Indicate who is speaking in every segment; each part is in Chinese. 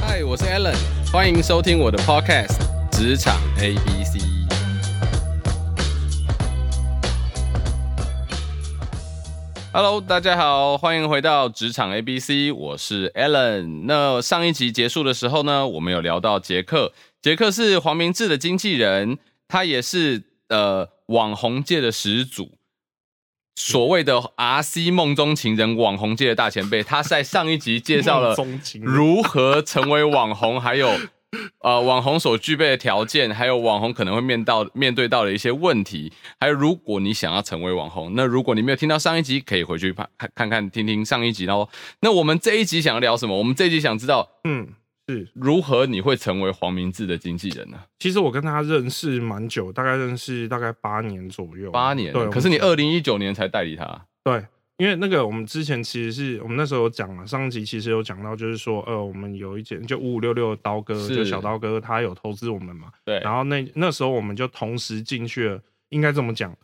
Speaker 1: 嗨，我是 Alan，欢迎收听我的 Podcast《职场 A B C》。Hello，大家好，欢迎回到职场 A B C，我是 Alan。那上一集结束的时候呢，我们有聊到杰克，杰克是黄明志的经纪人，他也是呃网红界的始祖，所谓的 R C 梦中情人网红界的大前辈。他在上一集介绍了
Speaker 2: 梦中情人
Speaker 1: 如何成为网红，还有呃网红所具备的条件，还有网红可能会面到面对到的一些问题，还有如果你想要成为网红，那如果你没有听到上一集，可以回去看看看看听听上一集喽。那我们这一集想要聊什么？我们这一集想知道
Speaker 2: 嗯，是。
Speaker 1: 如何你会成为黄明志的经纪人呢、
Speaker 2: 其实我跟他认识蛮久，大概认识大概八年左右。
Speaker 1: 八年
Speaker 2: 对，
Speaker 1: 了，可是你
Speaker 2: 我们
Speaker 1: 二零一九年才代理他，
Speaker 2: 对，因为那个我们之前其实是我们那时候有讲了，上一集其实有讲到，就是说呃，我们有一件就五五六六刀哥，
Speaker 1: 是
Speaker 2: 就小刀哥他有投资我们嘛，
Speaker 1: 对，
Speaker 2: 然后那那时候我们就同时进去了，应该这么讲。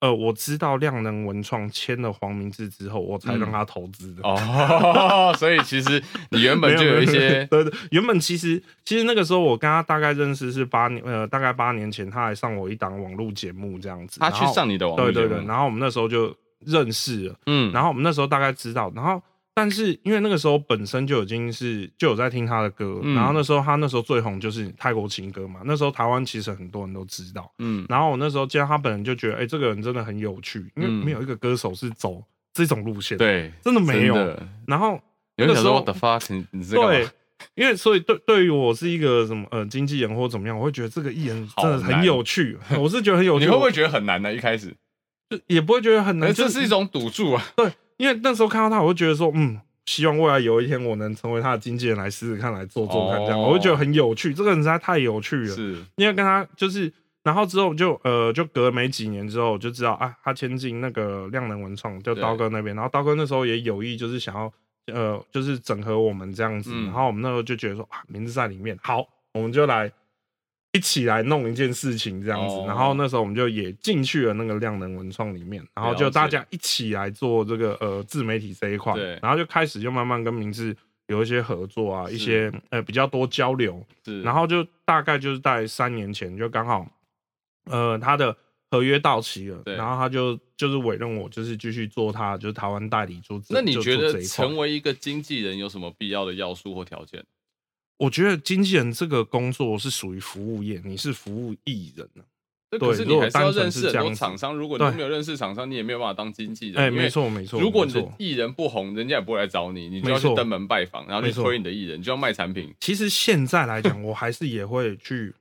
Speaker 2: 呃，我知道量能文创签了黄明志之后，我才
Speaker 1: 嗯
Speaker 2: 让他投资的。
Speaker 1: 哦， 所以其实你原本就有一
Speaker 2: 没没没
Speaker 1: 些
Speaker 2: 对对，原本其实其实那个时候我跟他大概认识是八年，呃，大概八年前他还上我一档网络节目这样子，
Speaker 1: 他去
Speaker 2: 然后
Speaker 1: 上你的网络
Speaker 2: 对
Speaker 1: 节
Speaker 2: 对
Speaker 1: 目，
Speaker 2: 对，然后我们那时候就认识了，
Speaker 1: 嗯，
Speaker 2: 然后我们那时候大概知道，然后但是因为那个时候本身就已经是就有在听他的歌，
Speaker 1: 嗯
Speaker 2: 然后那时候他那时候最红就是泰国情歌嘛，那时候台湾其实很多人都知道，
Speaker 1: 嗯，
Speaker 2: 然后我那时候见到他本人就觉得，哎、这个人真的很有趣，因为
Speaker 1: 嗯
Speaker 2: 没有一个歌手是走这种路线，，
Speaker 1: 对，
Speaker 2: 真的没有，
Speaker 1: 真的
Speaker 2: 然后。
Speaker 1: 有人想说
Speaker 2: 那
Speaker 1: what
Speaker 2: 个
Speaker 1: the fuck，你你在干嘛
Speaker 2: 对，因为所以对对于我是一个什么呃经纪人或怎么样，我会觉得这个艺人真的
Speaker 1: 好难
Speaker 2: 很有趣， 我是觉得很有趣，
Speaker 1: 你会不会觉得很难呢、一开始，
Speaker 2: 我就也不会觉得很
Speaker 1: 可
Speaker 2: 难？
Speaker 1: 是这
Speaker 2: 就是
Speaker 1: 一种赌注啊。
Speaker 2: 因为那时候看到他，我会觉得说，嗯，希望未来有一天我能成为他的经纪人来试试看，来做做看这样，
Speaker 1: 哦
Speaker 2: 我会觉得很有趣，这个人实在太有趣了。
Speaker 1: 是，
Speaker 2: 因为跟他就是，然后之后就呃，就隔没几年之后我就知道啊，他签进那个量能文创，就
Speaker 1: 对
Speaker 2: 刀哥那边，然后刀哥那时候也有意就是想要呃，就是整合我们这样子，
Speaker 1: 嗯
Speaker 2: 然后我们那时候就觉得说啊，名字在里面，好，我们就来一起来弄一件事情这样子，
Speaker 1: 哦
Speaker 2: 然后那时候我们就也进去了那个量能文创里面，然后
Speaker 1: 了
Speaker 2: 就
Speaker 1: 解
Speaker 2: 大家一起来做这个呃自媒体这一块
Speaker 1: 对，
Speaker 2: 然后就开始就慢慢跟明志有一些合作啊，
Speaker 1: 是
Speaker 2: 一些呃比较多交流，
Speaker 1: 是，
Speaker 2: 然后就大概就是在三年前，就刚好，呃，他的合约到期了，
Speaker 1: 对
Speaker 2: 然后他就就是委任我，就是继续做他就是台湾代理做这。
Speaker 1: 那你
Speaker 2: 就
Speaker 1: 觉
Speaker 2: 做这
Speaker 1: 得
Speaker 2: 一块
Speaker 1: 成为一个经纪人有什么必要的要素或条件？
Speaker 2: 我觉得经纪人这个工作是属于服务业，你是服务艺人啊
Speaker 1: 那
Speaker 2: 对
Speaker 1: 可是你
Speaker 2: 如果
Speaker 1: 还是要
Speaker 2: 单纯
Speaker 1: 认
Speaker 2: 是
Speaker 1: 识很
Speaker 2: 这
Speaker 1: 多
Speaker 2: 样子
Speaker 1: 厂商，如果你都
Speaker 2: 对
Speaker 1: 没有认识厂商，你也没有办法当经纪人。
Speaker 2: 哎、
Speaker 1: 因为
Speaker 2: 没错没错，
Speaker 1: 如果
Speaker 2: 没
Speaker 1: 你
Speaker 2: 错
Speaker 1: 的艺人不红，人家也不会来找你，你就
Speaker 2: 没
Speaker 1: 要去
Speaker 2: 错
Speaker 1: 登门拜访，然后去
Speaker 2: 没错
Speaker 1: 推你的艺人，你就要卖产品。
Speaker 2: 其实现在 来讲，我还是也会去、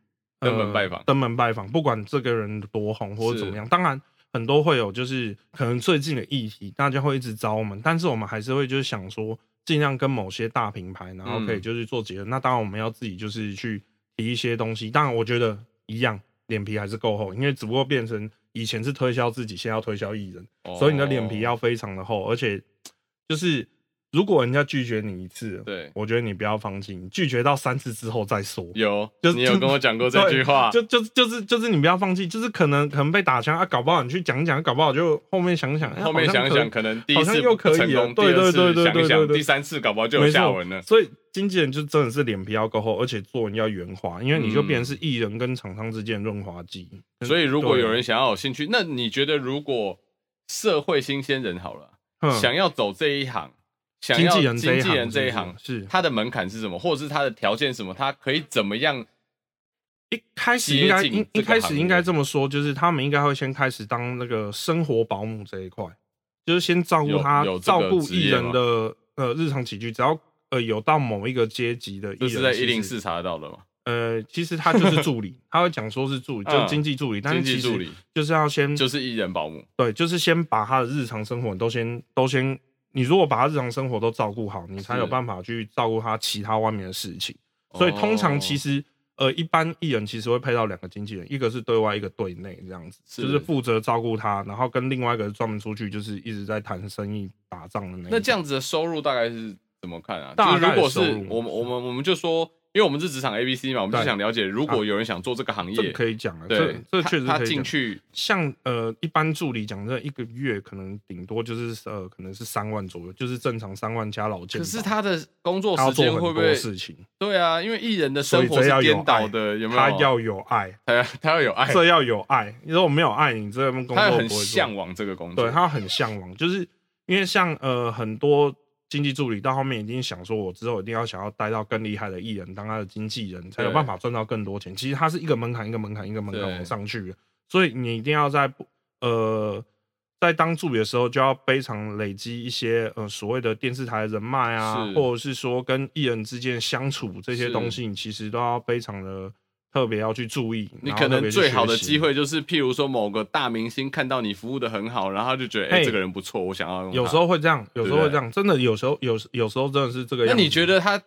Speaker 2: 呃
Speaker 1: 登门拜访
Speaker 2: 登门拜访，不管这个人多红或者怎么样。当然，很多会有就是可能最近的议题，大家会一直找我们，但是我们还是会就是想说，尽量跟某些大品牌，然后可以
Speaker 1: 嗯
Speaker 2: 就是做结合。那当然，我们要自己就是去提一些东西。当然，我觉得一样，脸皮还是够厚，因为只不过变成以前是推销自己，现在要推销艺人。所以你的脸皮
Speaker 1: 哦
Speaker 2: 要非常的厚，而且就是如果人家拒绝你一次，
Speaker 1: 对
Speaker 2: 我觉得你不要放弃，你拒绝到三次之后再说。
Speaker 1: 有，
Speaker 2: 就是
Speaker 1: 你有跟我讲过这句话，
Speaker 2: 就就就是就是你不要放弃，就是可能可能被打枪啊，搞不好你去讲讲，搞不好就后面想想，哎
Speaker 1: 后面想想，
Speaker 2: 好像可
Speaker 1: 可能第一
Speaker 2: 好像
Speaker 1: 次
Speaker 2: 又
Speaker 1: 不
Speaker 2: 可以
Speaker 1: 成
Speaker 2: 耶
Speaker 1: 功，第
Speaker 2: 对
Speaker 1: 二
Speaker 2: 对
Speaker 1: 次
Speaker 2: 对对
Speaker 1: 想一
Speaker 2: 对
Speaker 1: 想，
Speaker 2: 对
Speaker 1: 第三次搞不好就有
Speaker 2: 没错
Speaker 1: 下文了。
Speaker 2: 所以经纪人就真的是脸皮要够厚，而且做人要圆滑，因为你就
Speaker 1: 嗯
Speaker 2: 变成是艺人跟厂商之间的润滑剂。
Speaker 1: 所以如果
Speaker 2: 对
Speaker 1: 有人想要有兴趣，那你觉得如果社会新鲜人好了，
Speaker 2: 哼
Speaker 1: 想要走这一行，想
Speaker 2: 嗯经
Speaker 1: 要
Speaker 2: 纪人
Speaker 1: 经纪人这
Speaker 2: 这
Speaker 1: 一
Speaker 2: 一
Speaker 1: 行
Speaker 2: 行，是不是是
Speaker 1: 他的门槛是什么，或者是他的条件是什么，他可以怎么样？
Speaker 2: 一开始
Speaker 1: 接
Speaker 2: 应该
Speaker 1: 近
Speaker 2: 应
Speaker 1: 这
Speaker 2: 一
Speaker 1: 个
Speaker 2: 开
Speaker 1: 行
Speaker 2: 始
Speaker 1: 业
Speaker 2: 应该这么说，就是他们应该会先开始当那个生活保姆这一块，就是先照顾
Speaker 1: 有
Speaker 2: 他
Speaker 1: 有这
Speaker 2: 照
Speaker 1: 个
Speaker 2: 顾
Speaker 1: 职
Speaker 2: 艺
Speaker 1: 业
Speaker 2: 人
Speaker 1: 吗
Speaker 2: 的呃日常起居，只要呃有到某一个阶级的艺
Speaker 1: 这
Speaker 2: 人，
Speaker 1: 是在一
Speaker 2: 其
Speaker 1: 零
Speaker 2: 实
Speaker 1: 四查得到的吗？
Speaker 2: 呃，其实他就是 助理，他会讲说是助理，就是
Speaker 1: 嗯
Speaker 2: 经济助理，但是
Speaker 1: 经济
Speaker 2: 其
Speaker 1: 助
Speaker 2: 实嗯
Speaker 1: 理
Speaker 2: 就是要先
Speaker 1: 就是艺人保姆，
Speaker 2: 对，就是先把他的日常生活都先都先，你如果把他日常生活都照顾好，你才
Speaker 1: 是
Speaker 2: 有办法去照顾他其他外面的事情。所以通常其
Speaker 1: 实
Speaker 2: 实、呃，一般艺人其实会配到两个经纪人，一个是对外，一个对内这样子，
Speaker 1: 是
Speaker 2: 就是负责照顾他，然后跟另外一个专门出去就是一直在谈生意打仗的那一种
Speaker 1: 那这样子的收入大概是怎么看啊？
Speaker 2: 大
Speaker 1: 就
Speaker 2: 概
Speaker 1: 是如果
Speaker 2: 收
Speaker 1: 是
Speaker 2: 入
Speaker 1: 我们我们我们就说因为我们是职场 A B C 嘛，我们就
Speaker 2: 对
Speaker 1: 想了解，如果有人想做这个行
Speaker 2: 这个
Speaker 1: 业，
Speaker 2: 可以讲啊，这
Speaker 1: 对，
Speaker 2: 这
Speaker 1: 他
Speaker 2: 确实
Speaker 1: 他
Speaker 2: 可以
Speaker 1: 进
Speaker 2: 讲。
Speaker 1: 去
Speaker 2: 像呃，一般助理讲，这一个月可能顶多就是呃，可能是三万左右，就是正常三万加老健
Speaker 1: 可
Speaker 2: 保。
Speaker 1: 是他的工作
Speaker 2: 他要
Speaker 1: 时
Speaker 2: 做
Speaker 1: 间
Speaker 2: 很
Speaker 1: 会
Speaker 2: 多
Speaker 1: 不会？
Speaker 2: 事情，
Speaker 1: 对啊，因为艺人的
Speaker 2: 所
Speaker 1: 生
Speaker 2: 以
Speaker 1: 活
Speaker 2: 这
Speaker 1: 是
Speaker 2: 要有
Speaker 1: 颠倒
Speaker 2: 爱
Speaker 1: 的，有没有？
Speaker 2: 他要有爱，
Speaker 1: 他要他要有爱，
Speaker 2: 这要有爱。你如果没有爱，你这份工
Speaker 1: 他
Speaker 2: 作
Speaker 1: 要
Speaker 2: 不会
Speaker 1: 很
Speaker 2: 做
Speaker 1: 向往这个工作。
Speaker 2: 对他很向往，就是因为像呃很多经济助理到后面一定想说，我之后一定要想要待到更厉害的艺人，当他的经纪人，才有
Speaker 1: 对
Speaker 2: 办法赚到更多钱。其实它是一个门槛一个门槛一个门槛
Speaker 1: 对
Speaker 2: 往上去的，所以你一定要在不呃在当助理的时候就要非常累积一些呃所谓的电视台的人脉啊
Speaker 1: 是，
Speaker 2: 或者是说跟艺人之间相处这些
Speaker 1: 是
Speaker 2: 东西，你其实都要非常的。特别要去注意，
Speaker 1: 你
Speaker 2: 然
Speaker 1: 可
Speaker 2: 后特
Speaker 1: 能
Speaker 2: 别去
Speaker 1: 最好的
Speaker 2: 学习
Speaker 1: 机会就是，譬如说某个大明星看到你服务的很好，然后他就觉得，哎、
Speaker 2: 嘿
Speaker 1: 这个人不错，我想要用他。
Speaker 2: 有时，候会这样，有时候
Speaker 1: 对
Speaker 2: 会
Speaker 1: 不对
Speaker 2: 这样，真的有时候有时有时候真的是这个
Speaker 1: 那
Speaker 2: 样子。
Speaker 1: 你觉得他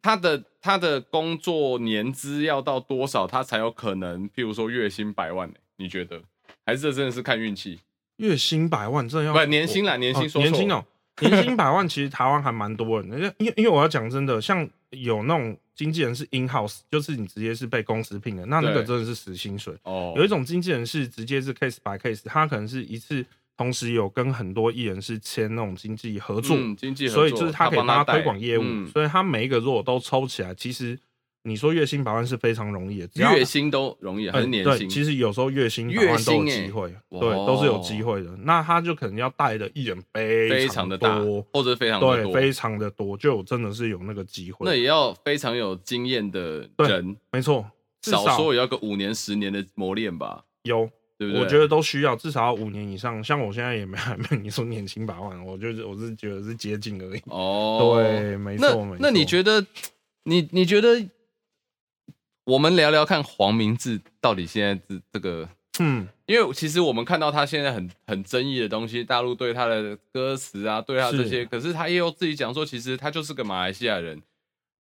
Speaker 1: 他的他的工作年资要到多少，他才有可能，譬如说月薪百万、呢？你觉得？还是这真的是看运气？
Speaker 2: 月薪百万真的要
Speaker 1: 不，年薪啦，年薪说错、
Speaker 2: 哦年薪哦，年薪百万其实台湾还蛮多人的，因为因为我要讲真的，像有那种经纪人是 in house，就是你直接是被公司聘的，那那
Speaker 1: 对
Speaker 2: 个真的是死薪水。
Speaker 1: 哦，
Speaker 2: 有一种经纪人是直接是 case by case，他可能是一次同时有跟很多艺人是签那种经纪合作，
Speaker 1: 嗯经济合作，
Speaker 2: 所以就是他可以
Speaker 1: 帮
Speaker 2: 帮
Speaker 1: 他
Speaker 2: 他
Speaker 1: 带
Speaker 2: 推广业务，
Speaker 1: 嗯
Speaker 2: 所以他每一个如果都抽起来，其实你说月薪百万是非常容易的，只要
Speaker 1: 月薪都容易，还是
Speaker 2: 嗯
Speaker 1: 年
Speaker 2: 对，
Speaker 1: 薪？
Speaker 2: 其实有时候月薪百
Speaker 1: 月
Speaker 2: 万都有
Speaker 1: 薪欸
Speaker 2: 机会，
Speaker 1: 哇
Speaker 2: 对，都是有机会的。那他就可能要带的艺人非
Speaker 1: 非常的大
Speaker 2: 多，，
Speaker 1: 或者非常的
Speaker 2: 对，
Speaker 1: 多，
Speaker 2: 非常的多，就有真的是有那个机
Speaker 1: 那
Speaker 2: 会。
Speaker 1: 也要非常有经验的
Speaker 2: 对
Speaker 1: 人，
Speaker 2: 没错，至
Speaker 1: 少
Speaker 2: 少
Speaker 1: 说也要个五年十年的磨练吧，
Speaker 2: 有，
Speaker 1: 对不对？
Speaker 2: 我觉得都需要，至少要五年以上。像我现在也没还没有你说年薪百万，我就是我是觉得是接近而已。
Speaker 1: 哦，
Speaker 2: 对，没
Speaker 1: 那
Speaker 2: 错，没错。
Speaker 1: 那你觉得，你你觉得，我们聊聊看黄明志到底现在这这个，
Speaker 2: 嗯，
Speaker 1: 因为其实我们看到他现在很很争议的东西，大陆对他的歌词啊，对他这
Speaker 2: 是
Speaker 1: 些，可是他也有自己讲说，其实他就是个马来西亚人，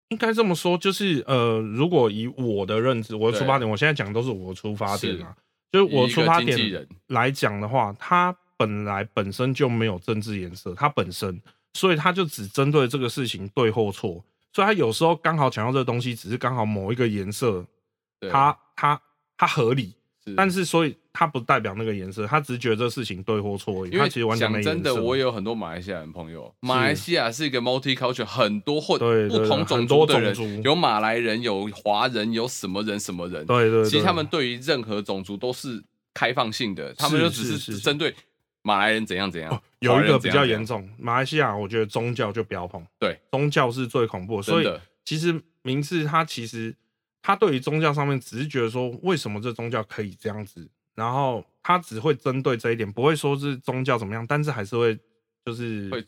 Speaker 2: 应该这么说，就是呃，如果以我的认知，我的
Speaker 1: 对
Speaker 2: 出发点，我现在讲都是我的出发点
Speaker 1: 是
Speaker 2: 啊，就是我
Speaker 1: 以
Speaker 2: 的
Speaker 1: 一
Speaker 2: 出
Speaker 1: 个
Speaker 2: 发
Speaker 1: 经
Speaker 2: 点
Speaker 1: 纪人
Speaker 2: 来讲的话，他本来本身就没有政治颜色，他本身，所以他就只针对这个事情对或错，所以他有时候刚好讲到这个东西，只是刚好某一个颜色，
Speaker 1: 对，
Speaker 2: 他他他合理，
Speaker 1: 是
Speaker 2: 但是所以他不代表那个颜色，他只是觉得这事情对或错而已，
Speaker 1: 因
Speaker 2: 他
Speaker 1: 为
Speaker 2: 其实完全没
Speaker 1: 讲真
Speaker 2: 颜
Speaker 1: 的，
Speaker 2: 色
Speaker 1: 我也有很多马来西亚人朋友。马来西亚是一个 multicultural，很多或
Speaker 2: 对
Speaker 1: 不
Speaker 2: 对对
Speaker 1: 同种
Speaker 2: 很
Speaker 1: 族
Speaker 2: 多
Speaker 1: 的人，
Speaker 2: 种族
Speaker 1: 有马来人，有华人，有什么人什么人。
Speaker 2: 对对对，
Speaker 1: 其实他们对于任何种族都是开放性的，他们
Speaker 2: 是
Speaker 1: 就只
Speaker 2: 是
Speaker 1: 是
Speaker 2: 是
Speaker 1: 针对马来人怎样怎样，
Speaker 2: 哦有一个
Speaker 1: 华人怎
Speaker 2: 比
Speaker 1: 样
Speaker 2: 较
Speaker 1: 怎样
Speaker 2: 严重，马来西亚我觉得宗教就不要碰，
Speaker 1: 对，
Speaker 2: 宗教是最恐怖的，
Speaker 1: 真
Speaker 2: 所以
Speaker 1: 的
Speaker 2: 其实明治他其实他对于宗教上面只是觉得说，为什么这宗教可以这样子，然后他只会针对这一点，不会说是宗教怎么样，但是还是会就是
Speaker 1: 会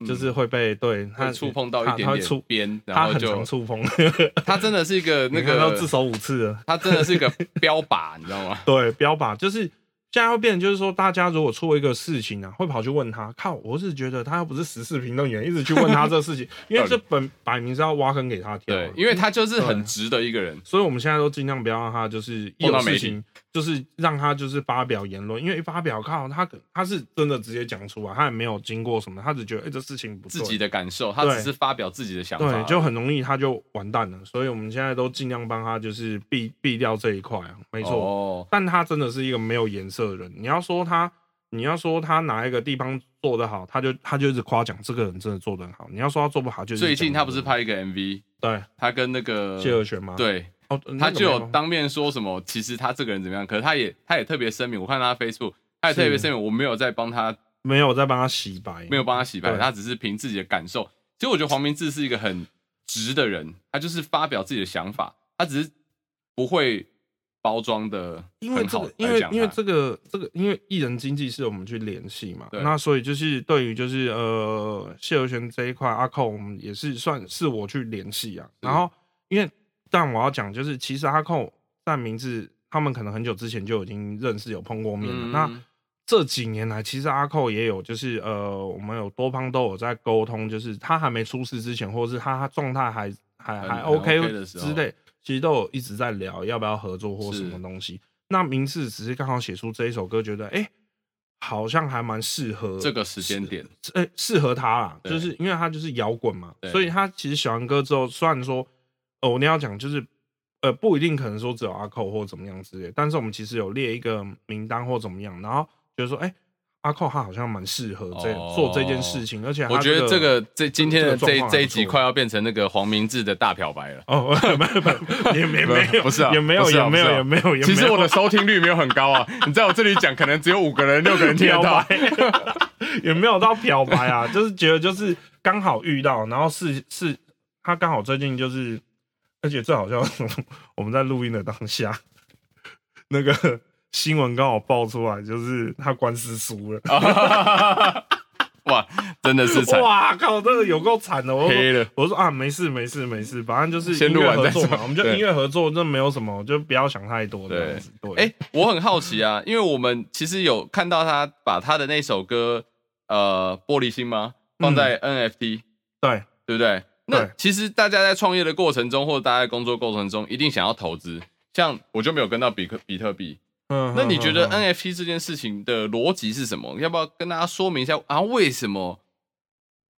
Speaker 1: 嗯
Speaker 2: 就是会被对他
Speaker 1: 会触碰到一
Speaker 2: 他
Speaker 1: 点
Speaker 2: 他会
Speaker 1: 点
Speaker 2: 触
Speaker 1: 边，然
Speaker 2: 他
Speaker 1: 后
Speaker 2: 很
Speaker 1: 就
Speaker 2: 常触碰，
Speaker 1: 他真的是一个那
Speaker 2: 你看到
Speaker 1: 个
Speaker 2: 自，首五次了。
Speaker 1: 他真的 是一个标靶，你知道吗？
Speaker 2: 对，标靶就是现在会变成，就是说大家如果出了一个事情啊，会跑去问他。靠，我是觉得他又不是时事评论员，一直去问他这 事情，因为这本摆明是要挖坑给他跳啊。
Speaker 1: 对，因为他就是很
Speaker 2: 对
Speaker 1: 直的一个人，
Speaker 2: 所以我们现在都尽量不要让他就是一
Speaker 1: 碰到
Speaker 2: 有
Speaker 1: 媒
Speaker 2: 事
Speaker 1: 体
Speaker 2: 情就是让他就是发表言论，因为一发表靠他可他是真的直接讲出来，他也没有经过什么，他只觉得哎、这事情不对
Speaker 1: 自己的感受，他
Speaker 2: 对
Speaker 1: 只是发表自己的想法，
Speaker 2: 对，就很容易他就完蛋了。所以我们现在都尽量帮他就是避避掉这一块啊，没错。
Speaker 1: 哦，
Speaker 2: 但他真的是一个没有颜色的人。你要说他，你要说他哪一个地方做得好，他就他就一直夸奖这个人真的做得很好。你要说他做不好，就是
Speaker 1: 最近他不是
Speaker 2: 讲
Speaker 1: 拍一个 MV，
Speaker 2: 对
Speaker 1: 他跟那个
Speaker 2: 谢和弦吗？，
Speaker 1: 对，
Speaker 2: 哦，
Speaker 1: 他
Speaker 2: 那个
Speaker 1: 就有
Speaker 2: 没
Speaker 1: 当面说什么，其实他这个人怎么样，可是他也他也特别声明，我看他 Facebook，他也特别声明，我没有在帮他，
Speaker 2: 没有在帮他洗白，
Speaker 1: 没有帮他洗白，
Speaker 2: 对
Speaker 1: 他只是凭自己的感受。其实我觉得黄明志是一个很直的人，他就是发表自己的想法，他只是不会包装的，
Speaker 2: 因为这个，因为因为这个这个，因为艺人经济是我们去联系嘛，
Speaker 1: 对
Speaker 2: 那所以就是对于就是呃谢和弦这一块，阿寇我们也是算是我去联系啊。然后因为但我要讲就是，其实阿寇在名字他们可能很久之前就已经认识有碰过面了。
Speaker 1: 嗯
Speaker 2: 那这几年来，其实阿寇也有就是呃，我们有多方都有在沟通，就是他还没出事之前，或者是他他状态还还
Speaker 1: 很
Speaker 2: 还
Speaker 1: 很
Speaker 2: OK
Speaker 1: OK 的时候
Speaker 2: 之类，其实都有一直在聊要不要合作或什么
Speaker 1: 是
Speaker 2: 东西。那明志只是刚好写出这一首歌，觉得哎、诶好像还蛮适合
Speaker 1: 这个时间点，
Speaker 2: 呃、适合他啦，
Speaker 1: 对
Speaker 2: 就是因为他就是摇滚嘛
Speaker 1: 对，
Speaker 2: 所以他其实写完歌之后，虽然说呃，我那要讲就是，呃，不一定可能说只有阿扣或怎么样之类，但是我们其实有列一个名单或怎么样，然后就是说，哎、阿扣他好像蛮适合这、
Speaker 1: 哦
Speaker 2: 做这件事情，而且他
Speaker 1: 我觉得这个这今天的
Speaker 2: 这个
Speaker 1: 这
Speaker 2: 状况
Speaker 1: 这一
Speaker 2: 还不错
Speaker 1: 集快要变成那个黄明志的大漂白了。
Speaker 2: 哦， 没有没有，也没没 有，
Speaker 3: 不是啊
Speaker 2: 也没有
Speaker 3: 不是啊
Speaker 2: 也没有
Speaker 3: 不是啊
Speaker 2: 也没有，也没有
Speaker 3: 其实我的收听率没有很高啊，你在我这里讲，可能只有五个人、六个 人听得
Speaker 2: 漂
Speaker 3: 到
Speaker 2: 白。， 也没有到漂白啊， 就是觉得就是刚好遇到，然后是是他刚好最近就是，而且最好笑的是，我们在录音的当下， 那个新闻刚好爆出来，就是他官司输了，
Speaker 1: 哇，真的是惨！
Speaker 2: 哇靠，这个有够惨的，我
Speaker 3: 黑了。
Speaker 2: 我说啊，没事没事没事，反正就是
Speaker 3: 先
Speaker 2: 音
Speaker 3: 录
Speaker 2: 乐
Speaker 3: 完
Speaker 2: 合
Speaker 3: 再
Speaker 2: 作嘛
Speaker 3: 说，
Speaker 2: 我们就
Speaker 3: 对
Speaker 2: 音乐合作，这没有什么，就不要想太多这样子。对，
Speaker 1: 哎、我很好奇啊，因为我们其实有看到他把他的那首歌，呃，玻璃心吗？放在 NFT，、
Speaker 2: 对，
Speaker 1: 对不对？那
Speaker 2: 嗯对
Speaker 1: 其实大家在创业的过程中，或者大家在工作过程中，一定想要投资。像我就没有跟到比特比特币，
Speaker 2: 嗯
Speaker 1: 那你觉得
Speaker 2: 嗯嗯
Speaker 1: NFT 这件事情的逻辑是什么？要不要跟大家说明一下啊？为什么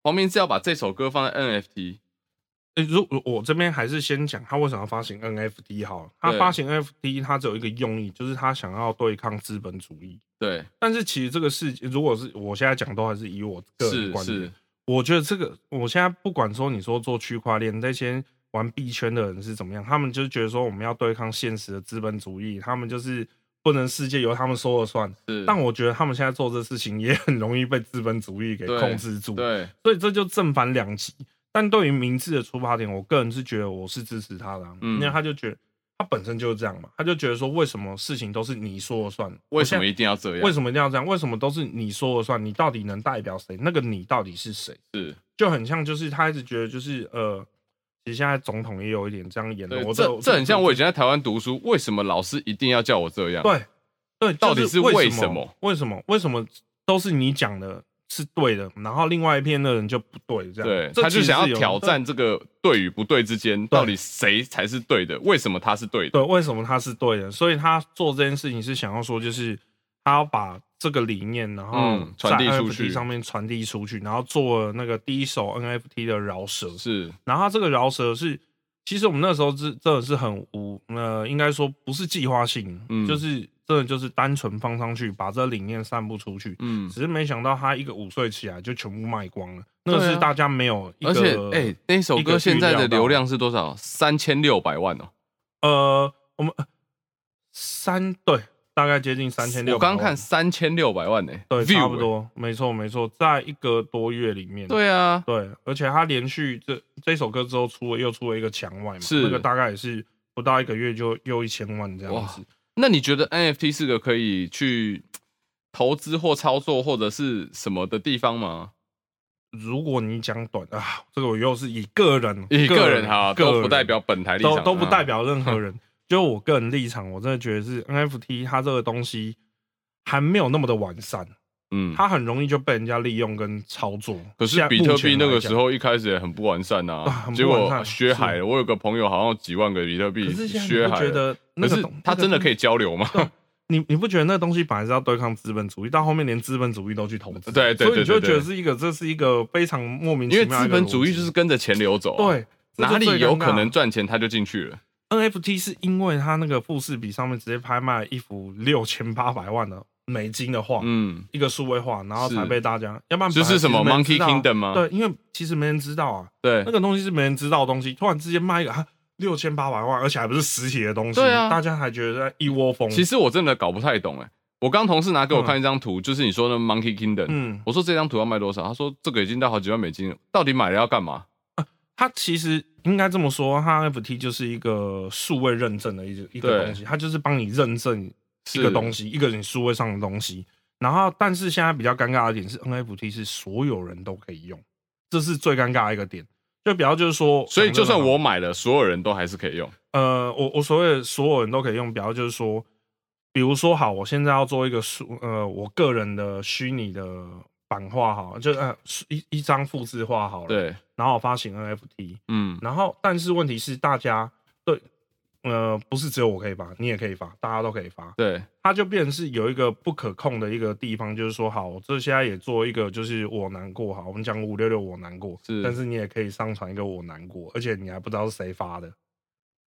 Speaker 1: 黄明志要把这首歌放在 NFT？
Speaker 2: 欸，如我我这边还是先讲他为什么要发行 NFT 好了。他
Speaker 1: 对
Speaker 2: 发行 NFT，他只有一个用意，就是他想要对抗资本主义。
Speaker 1: 对，
Speaker 2: 但是其实这个事，如果是我现在讲，都还是以我个人
Speaker 1: 是
Speaker 2: 观点
Speaker 1: 是，，
Speaker 2: 我觉得这个，我现在不管说你说做区块链那些玩币圈的人是怎么样，他们就是觉得说我们要对抗现实的资本主义，他们就是不能世界由他们说了算。
Speaker 1: 是
Speaker 2: 但我觉得他们现在做这事情也很容易被资本主义给
Speaker 1: 对
Speaker 2: 控制住。
Speaker 1: 对
Speaker 2: 所以这就正反两极。但对于明智的出发点，我个人是觉得我是支持他的啊、
Speaker 1: 嗯
Speaker 2: 因为他就觉得他本身就是这样嘛，他就觉得说为什么事情都是你说了算，
Speaker 1: 为什么
Speaker 2: 我
Speaker 1: 一
Speaker 2: 现
Speaker 1: 定要这
Speaker 2: 在
Speaker 1: 样？
Speaker 2: 为什么一定要这样？为什么都是你说了算？你到底能代表谁？那个你到底是谁？
Speaker 1: 是
Speaker 2: 就很像，就是他一直觉得就是呃，其实现在总统也有一点这样演的，
Speaker 1: 对，
Speaker 2: 我
Speaker 1: 这这很像我以
Speaker 2: 前
Speaker 1: 前在台湾读书，为什么老师一定要叫我这样？，
Speaker 2: 对啊对，
Speaker 1: 到底
Speaker 2: 就是是为
Speaker 1: 为什么？
Speaker 2: 为什么？为什么都是你讲的是对的，然后另外一边的人就不对？这
Speaker 1: 对
Speaker 2: 样，，这
Speaker 1: 他
Speaker 2: 其
Speaker 1: 就
Speaker 2: 实
Speaker 1: 想
Speaker 2: 是
Speaker 1: 要
Speaker 2: 有
Speaker 1: 挑战这个对与不对之间，到底谁才是对的？为什么他是对的？
Speaker 2: 对，为什么他是对的？所以他做这件事情是想要说，就是他要把这个理念，然后
Speaker 1: 嗯
Speaker 2: 在
Speaker 1: 传递出
Speaker 2: NFT
Speaker 1: 去
Speaker 2: 上面传递出去，然后做了那个第一首 NFT 的饶舌。
Speaker 1: 是
Speaker 2: 然后他这个饶舌是，其实我们那时候是真的是很无，呃，应该说不是计划性，
Speaker 1: 嗯
Speaker 2: 就是真的就是单纯放上去，把这个理念散布出去。
Speaker 1: 嗯，
Speaker 2: 只是没想到他一个五岁起来就全部卖光了，那
Speaker 1: 对啊
Speaker 2: 是大家没有一个。
Speaker 1: 而且哎，那首
Speaker 2: 一
Speaker 1: 歌
Speaker 2: 个
Speaker 1: 现在
Speaker 2: 预
Speaker 1: 的
Speaker 2: 料到
Speaker 1: 流量是多少？三千六百万哦！
Speaker 2: 呃，我们呃三对，大概接近三千六。
Speaker 1: 我刚看三千六百万呢，
Speaker 2: 对，
Speaker 1: view 欸
Speaker 2: 差不。多，没错没错，在一个多月里面，
Speaker 1: 对啊，
Speaker 2: 对，而且他连续这这首歌之后出了又出了一个墙外嘛，
Speaker 1: 是
Speaker 2: 那个大概也是不到一个月就又一千万这样子。
Speaker 1: 那你觉得 NFT 是个可以去投资或操作或者是什么的地方吗？
Speaker 2: 如果你讲短啊，这个我又是以个人
Speaker 1: 以个人哈，
Speaker 2: 个
Speaker 1: 都不代表本台立
Speaker 2: 都
Speaker 1: 场，啊
Speaker 2: 都不代
Speaker 1: 表
Speaker 2: 表任何人。就我个人立场，我真的觉得是 NFT 它这个东西还没有那么的完善，
Speaker 1: 嗯。
Speaker 2: 它很容易就被人家利用跟操作。
Speaker 1: 可是
Speaker 2: 现在
Speaker 1: 比特
Speaker 2: 目前
Speaker 1: 币那
Speaker 2: 来
Speaker 1: 个
Speaker 2: 讲
Speaker 1: 时候一开始也很不完善呐、
Speaker 2: 啊 很不
Speaker 1: 结果
Speaker 2: 完善
Speaker 1: 削海了。我有个朋友好像有几万个比特币
Speaker 2: 可是现在
Speaker 1: 削
Speaker 2: 你不
Speaker 1: 海
Speaker 2: 觉
Speaker 1: 了，
Speaker 2: 得
Speaker 1: 可
Speaker 2: 那个
Speaker 1: 是
Speaker 2: 东
Speaker 1: 他真的可
Speaker 2: 以？
Speaker 1: 以交流吗？
Speaker 2: 你你不觉得那东西本来是要对抗资本主义，到后面连资本主义都去投资，
Speaker 1: 对对对
Speaker 2: 所以你
Speaker 1: 对
Speaker 2: 就
Speaker 1: 对
Speaker 2: 觉得是一个这是一个非常莫名其
Speaker 1: 因为
Speaker 2: 妙
Speaker 1: 资
Speaker 2: 的一个逻辑。
Speaker 1: 本主义就是跟着钱流走、，啊
Speaker 2: 对，
Speaker 1: 哪里有可能赚
Speaker 2: 赚
Speaker 1: 钱他就进去了。
Speaker 2: NFT 是因为它那个富士比上面直接拍卖了一幅六千八百万的美金的画，
Speaker 1: 嗯，
Speaker 2: 一个数位画，然后
Speaker 1: 是
Speaker 2: 才被大家，要不然
Speaker 1: 这是
Speaker 2: 本来其实
Speaker 1: 什么
Speaker 2: 没人
Speaker 1: Monkey
Speaker 2: 知道啊
Speaker 1: Kingdom 吗？
Speaker 2: 对，因为其实没人知道啊，
Speaker 1: 对
Speaker 2: 那个东西是没人知道的东西，突然之间卖一个啊六千八百万，而且还不是实体的东西，
Speaker 1: 对啊
Speaker 2: 大家还觉得一窝蜂。
Speaker 1: 其实我真的搞不太懂哎、我刚同事拿给我看一张图，就是你说的 Monkey Kingdom，、
Speaker 2: 嗯，
Speaker 1: 我说这张图要卖多少？他说这个已经到好几万美金了，到底买了要干嘛？
Speaker 2: 它其实应该这么说，它 FT 就是一个数位认证的一个一
Speaker 1: 对
Speaker 2: 个东西，它就是帮你认证
Speaker 1: 是
Speaker 2: 一个东西，一个你数位上的东西。然后，但是现在比较尴尬的点是，NFT 是所有人都可以用，这是最尴尬的一个点。就比较就是说，
Speaker 1: 所以就算
Speaker 2: 讲真的
Speaker 1: 我买了，所有人都还是可以用。
Speaker 2: 呃，我我所谓的所有人都可以用，比较就是说，比如说好，我现在要做一个数呃，我个人的虚拟的版画好，就呃一一张复制画好了，，
Speaker 1: 对，
Speaker 2: 然后我发行 NFT，
Speaker 1: 嗯，
Speaker 2: 然后，但是问题是，大家对，呃，不是只有我可以发，你也可以发，大家都可以发，
Speaker 1: 对，
Speaker 2: 它就变成是有一个不可控的一个地方，就是说，好，我这现在也做一个，就是我难过，好，我们讲五六六我难过，
Speaker 1: 是
Speaker 2: 但是你也可以上传一个我难过，而且你还不知道是谁发的，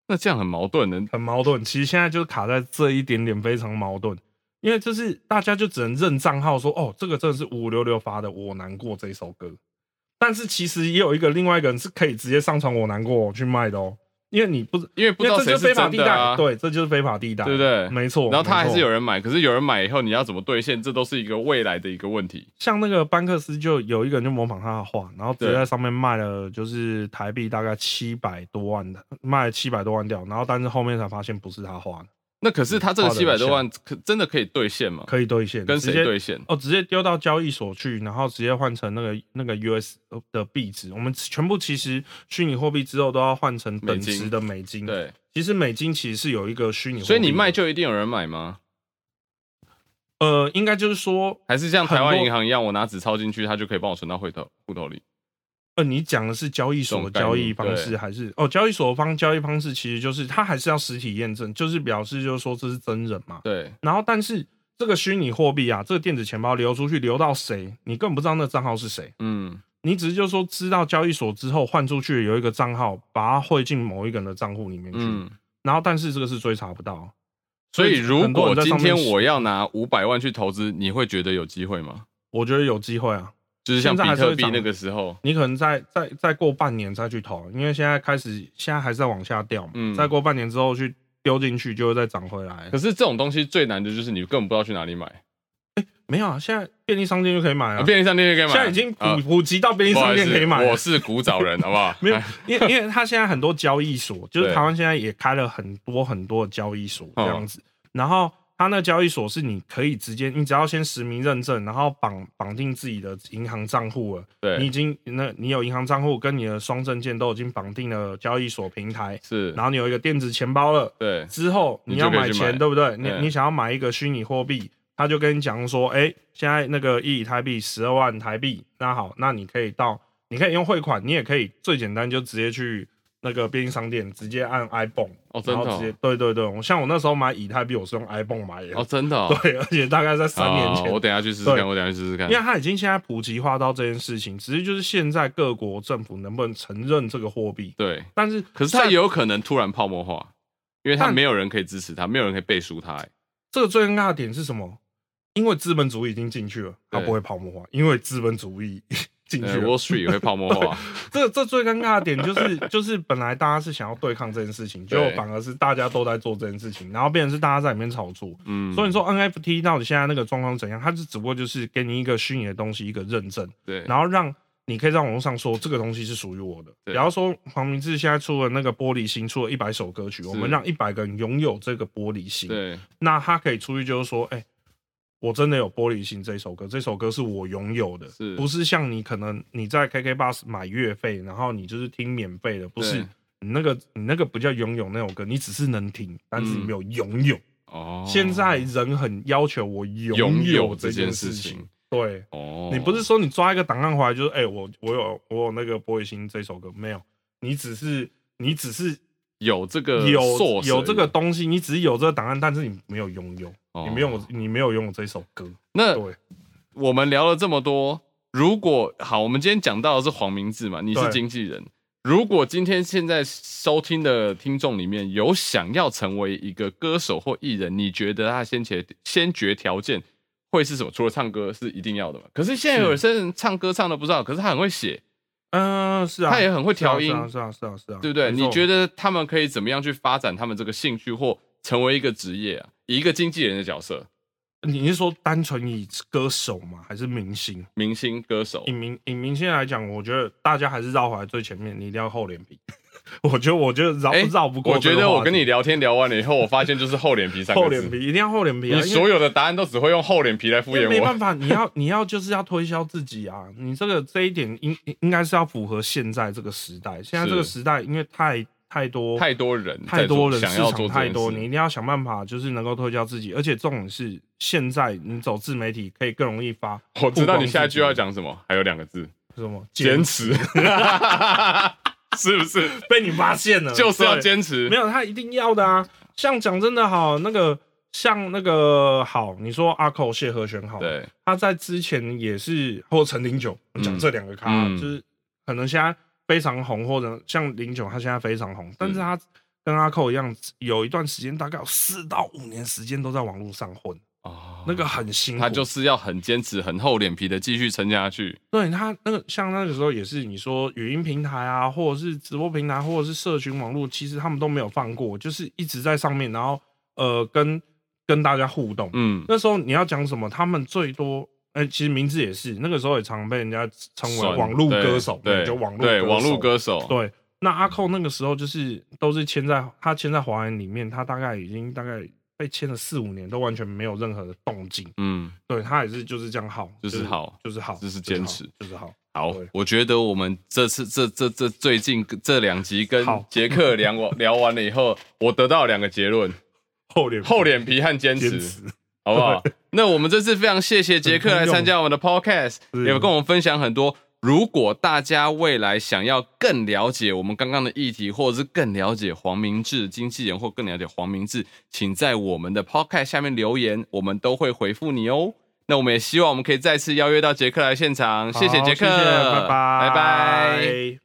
Speaker 1: 那这样很矛盾的。
Speaker 2: 很矛盾。其实现在就是卡在这一点点，非常矛盾。因为就是大家就只能认账号说，哦，这个真的是五五六六发的《我难过》这首歌。但是其实也有一个另外一个人是可以直接上传《我难过》去卖的哦，因为你不知，
Speaker 1: 因为不知
Speaker 2: 因
Speaker 1: 道
Speaker 2: 为
Speaker 1: 谁
Speaker 2: 这就是非
Speaker 1: 是
Speaker 2: 法
Speaker 1: 真
Speaker 2: 地
Speaker 1: 的啊，
Speaker 2: 带，，对，这就是非法地带，啊
Speaker 1: 对不对？
Speaker 2: 没错。
Speaker 1: 然后他还
Speaker 2: 没错
Speaker 1: 是有人买，可是有人买以后，你要怎么兑现，这都是一个未来的一个问题。
Speaker 2: 像那个班克斯，就有一个人就模仿他的画，然后直接
Speaker 1: 对
Speaker 2: 在上面卖了，就是台币大概七百多万的，卖了七百多万掉，然后但是后面才发现不是他画的，
Speaker 1: 那可是他这个
Speaker 2: 花得
Speaker 1: 七
Speaker 2: 很
Speaker 1: 百多万，可真的可以兑现吗？
Speaker 2: 可以兑现，
Speaker 1: 跟
Speaker 2: 直
Speaker 1: 谁
Speaker 2: 接
Speaker 1: 兑现？
Speaker 2: 哦，直接丢到交易所去，然后直接换成那个那个 US 的币值。我们全部其实虚拟货币之后都要换成
Speaker 1: 美
Speaker 2: 等
Speaker 1: 金
Speaker 2: 值的美金。，
Speaker 1: 对，
Speaker 2: 其实美金其实是有一个虚拟货币的，
Speaker 1: 所以你卖就一定有人买吗？
Speaker 2: 呃，应该就是说，
Speaker 1: 还是像
Speaker 2: 很
Speaker 1: 台
Speaker 2: 多
Speaker 1: 湾银行一样，我拿纸抄进去，它就可以帮我存到户头户头里？
Speaker 2: 呃，你讲的是交易所
Speaker 1: 这种
Speaker 2: 的
Speaker 1: 概念
Speaker 2: 交易方
Speaker 1: 对
Speaker 2: 式，还是哦，交易所的方交易方式其实就是它还是要实体验证，就是表示就是说这是真人嘛。
Speaker 1: 对，
Speaker 2: 然后，但是这个虚拟货币啊，这个电子钱包流出去流到谁，你根本不知道那账号是谁。
Speaker 1: 嗯，
Speaker 2: 你只是就说知道交易所之后换出去有一个账号，把它汇进某一个人的账户里面去，
Speaker 1: 嗯，
Speaker 2: 然后但是这个是追查不到，
Speaker 1: 所以如
Speaker 2: 很多
Speaker 1: 果
Speaker 2: 人在
Speaker 1: 今
Speaker 2: 上面
Speaker 1: 天我要拿五百万去投资，你会觉得有机会吗？
Speaker 2: 我觉得有机会啊。
Speaker 1: 就是像比
Speaker 2: 现在还是会
Speaker 1: 特币
Speaker 2: 涨
Speaker 1: 那个时候，
Speaker 2: 你可能再再再过半年再去投，因为现在开始现在还是在往下掉嘛，
Speaker 1: 嗯
Speaker 2: 再过半年之后去丢进去就会再涨回来
Speaker 1: 可。是这种东西最难的就是你根本不知道去哪里买，
Speaker 2: 没有啊，现在便利商店就可以买
Speaker 1: 啊
Speaker 2: 啊，
Speaker 1: 便利商店就可以买，
Speaker 2: 现在已经普、
Speaker 1: 啊
Speaker 2: 普及到便利
Speaker 1: 不好
Speaker 2: 商
Speaker 1: 意
Speaker 2: 店
Speaker 1: 思
Speaker 2: 可以买了
Speaker 1: 我是古早人，好不好？
Speaker 2: 没有，因为因为他现在很多交易所，就
Speaker 1: 哎
Speaker 2: 是
Speaker 1: 对哦
Speaker 2: 台湾现在也开了很多很多的交易所这样子。然后他那个交易所是你可以直接，你只要先实名认证，然后绑绑定自己的银行账户了。你
Speaker 1: 对，
Speaker 2: 已经那你有银行账户跟你的双证件都已经绑定了交易所平 台，
Speaker 1: 是，
Speaker 2: 然后你有一个电子钱包了。
Speaker 1: 对，
Speaker 2: 之后
Speaker 1: 你
Speaker 2: 你要
Speaker 1: 就可以
Speaker 2: 买
Speaker 1: 去
Speaker 2: 钱，
Speaker 1: 买嗯
Speaker 2: 对不对？你
Speaker 1: 对
Speaker 2: 你想要买一个虚拟货币，他就跟你讲说，哎，现在那个一以太币十二万台币，那好，那你可以到，你可以用汇款，你也可以最简单就直接去那个便利商店直接按 iPhone，、
Speaker 1: 哦，真
Speaker 2: 然
Speaker 1: 的
Speaker 2: 后直接
Speaker 1: 哦，
Speaker 2: 对对对，我像我那时候买以太币，我是用 iPhone 买的，
Speaker 1: 哦真的哦，
Speaker 2: 对，而且大概在三年前。
Speaker 1: 哦我等一下去试试看，
Speaker 2: 对
Speaker 1: 我等一下去试试看
Speaker 2: 因为。它已经现在普及化到这件事情，只是就是现在各国政府能不能承认这个货币，
Speaker 1: 对，
Speaker 2: 但是
Speaker 1: 可是它
Speaker 2: 在
Speaker 1: 也有可能突然泡沫化，因为它
Speaker 2: 但
Speaker 1: 没有人可以支持它，没有人可以背书 它。哎
Speaker 2: 这个最尴尬的点是什么？因为资本主义已经进去了，它
Speaker 1: 对
Speaker 2: 不会泡沫化，因为资本主义进去
Speaker 1: 呃
Speaker 2: 了
Speaker 1: ，Wall。Street 也会泡沫 化，
Speaker 2: 这这最尴尬的点就是，就是本来大家是想要对抗这件事 情，结果
Speaker 1: 对
Speaker 2: 反而是大家都在做这件事情，然后变成是大家在里面炒作。
Speaker 1: 嗯，
Speaker 2: 所以你说 NFT 到底现在那个状况怎样？它是只不过就是给你一个虚拟的东西，一个认证，
Speaker 1: 对，
Speaker 2: 然后让你可以在网络上说这个东西是属于我的。
Speaker 1: 对
Speaker 2: 比方说黄明志现在出了那个玻璃心，出了一百首歌曲，我
Speaker 1: 是
Speaker 2: 们让一百个人拥有这个玻璃心。
Speaker 1: 对
Speaker 2: 那他可以出去就是说，哎、我真的有《玻璃心》这首歌，这首歌是我拥有的，
Speaker 1: 是
Speaker 2: 不是像你可能你在 KK Bus 买月费，然后你就是听免费的，不是
Speaker 1: 对
Speaker 2: 你那个你那个不叫拥有那首歌，你只是能听，但是你没有拥有。
Speaker 1: 哦，
Speaker 2: 现在人很要求我
Speaker 1: 拥
Speaker 2: 拥
Speaker 1: 有
Speaker 2: 这
Speaker 1: 这件事
Speaker 2: 事
Speaker 1: 情，
Speaker 2: 对。
Speaker 1: 哦，
Speaker 2: 你不是说你抓一个档案回来就是哎、我我有我有那个《玻璃心》这首歌没有？你只是你只是
Speaker 1: 有这个
Speaker 2: 有
Speaker 1: source
Speaker 2: 有这个东西，你只是有这个档案，但是你没有拥有。
Speaker 1: 哦
Speaker 2: 你没有，你没有用我这首歌，
Speaker 1: 那
Speaker 2: 对，
Speaker 1: 我们聊了这么多，如果好，我们今天讲到的是黄明志嘛，你是
Speaker 2: 对
Speaker 1: 经纪人。如果今天现在收听的听众里面有想要成为一个歌手或艺人，你觉得他先决先决条件会是什么？除了唱歌是一定要的嘛？可是现在有些人唱歌唱的不知道，可是他很会写，
Speaker 2: 嗯，是啊，
Speaker 1: 他也很会调音
Speaker 2: 是啊，是啊，是啊，是啊，
Speaker 1: 对不对？
Speaker 2: 没错
Speaker 1: 你觉得他们可以怎么样去发展他们这个兴趣或成为一个职业啊？以一个经纪人的角色，
Speaker 2: 你是说单纯以歌手吗？还是明星？
Speaker 1: 明星歌手
Speaker 2: 以明以明星来讲，我觉得大家还是绕回来最前面，你一定要厚脸皮。 我觉得，我觉得绕
Speaker 1: 哎
Speaker 2: 绕不过。
Speaker 1: 我觉得我跟你聊天聊完了以后，我发现就是厚脸皮三 个字。
Speaker 2: 厚脸皮，一定要厚脸皮啊！
Speaker 1: 你
Speaker 2: 因为
Speaker 1: 所有的答案都只会用厚脸皮来敷
Speaker 2: 因为没
Speaker 1: 衍我。
Speaker 2: 办法，你要 你要就是要推销自己啊！你这个这一点应应该是要符合现在这个时代。现在这个
Speaker 1: 是
Speaker 2: 时代，因为太太多
Speaker 1: 太多人在做，
Speaker 2: 太多人，
Speaker 1: 想
Speaker 2: 市
Speaker 1: 要
Speaker 2: 场
Speaker 1: 做
Speaker 2: 太多，
Speaker 1: 这件
Speaker 2: 你一
Speaker 1: 事
Speaker 2: 定要想办法，就是能够推销自己。而且这种是现在你走自媒体可以更容易发。
Speaker 1: 我知道
Speaker 2: 曝光
Speaker 1: 你下一句
Speaker 2: 自己
Speaker 1: 要讲什么，还有两个字，
Speaker 2: 什么？
Speaker 1: 坚持， 是不是？
Speaker 2: 被你发现了，
Speaker 1: 就是要
Speaker 2: 对
Speaker 1: 坚持
Speaker 2: 没。有他一定要的啊。像讲真的好，那个像那个好，你说阿寇谢和弦好，
Speaker 1: 对，
Speaker 2: 他在之前也是或陈零九
Speaker 1: 嗯
Speaker 2: 讲这两个咖，
Speaker 1: 嗯嗯
Speaker 2: 就是可能现在非常红，或者像零九他现在非常红，但是他跟阿寇一样，有一段时间大概有四到五年时间都在网络上混，
Speaker 1: 哦
Speaker 2: 那个很辛苦。
Speaker 1: 他就是要很坚持、很厚脸皮的继续撑下去。
Speaker 2: 对他那个像那个时候也是，你说语音平台啊，或者是直播平台，或者是社群网络，其实他们都没有放过，就是一直在上面，然后呃跟跟大家互动。
Speaker 1: 嗯，
Speaker 2: 那时候你要讲什么，他们最多。哎、其实名字也是，那个时候也常被人家称为
Speaker 1: 算
Speaker 2: 网络
Speaker 1: 对
Speaker 2: 歌手，
Speaker 1: 对，
Speaker 2: 就网络
Speaker 1: 对
Speaker 2: 手
Speaker 1: 网络歌手，
Speaker 2: 对，那阿寇那个时候就是都是签在他签在华人里面，他大概已经大概被签了四五年，都完全没有任何的动静。
Speaker 1: 嗯，
Speaker 2: 对他也是就是这样耗，
Speaker 1: 就是耗，
Speaker 2: 就是耗，
Speaker 1: 就是
Speaker 2: 好
Speaker 1: 坚持，
Speaker 2: 就是耗。
Speaker 1: 好
Speaker 2: 对，
Speaker 1: 我觉得我们这次这这这最近这两集跟
Speaker 2: 好
Speaker 1: 杰克聊完 聊完了以后，我得到两个结论：
Speaker 2: 厚脸皮
Speaker 1: 厚脸皮和坚
Speaker 2: 坚
Speaker 1: 持，
Speaker 2: 持，
Speaker 1: 好不好？那我们这次非常谢谢杰克来参加我们的 podcast，
Speaker 2: 是
Speaker 1: 也跟我们分享很多。如果大家未来想要更了解我们刚刚的议题，或者是更了解黄明志经纪人，或更了解黄明志，请在我们的 podcast 下面留言，我们都会回复你哦。那我们也希望我们可以再次邀约到杰克来现场，谢谢
Speaker 2: 好
Speaker 1: 杰克，
Speaker 2: 谢谢拜
Speaker 1: 拜
Speaker 2: 拜，
Speaker 1: 拜。
Speaker 2: 拜。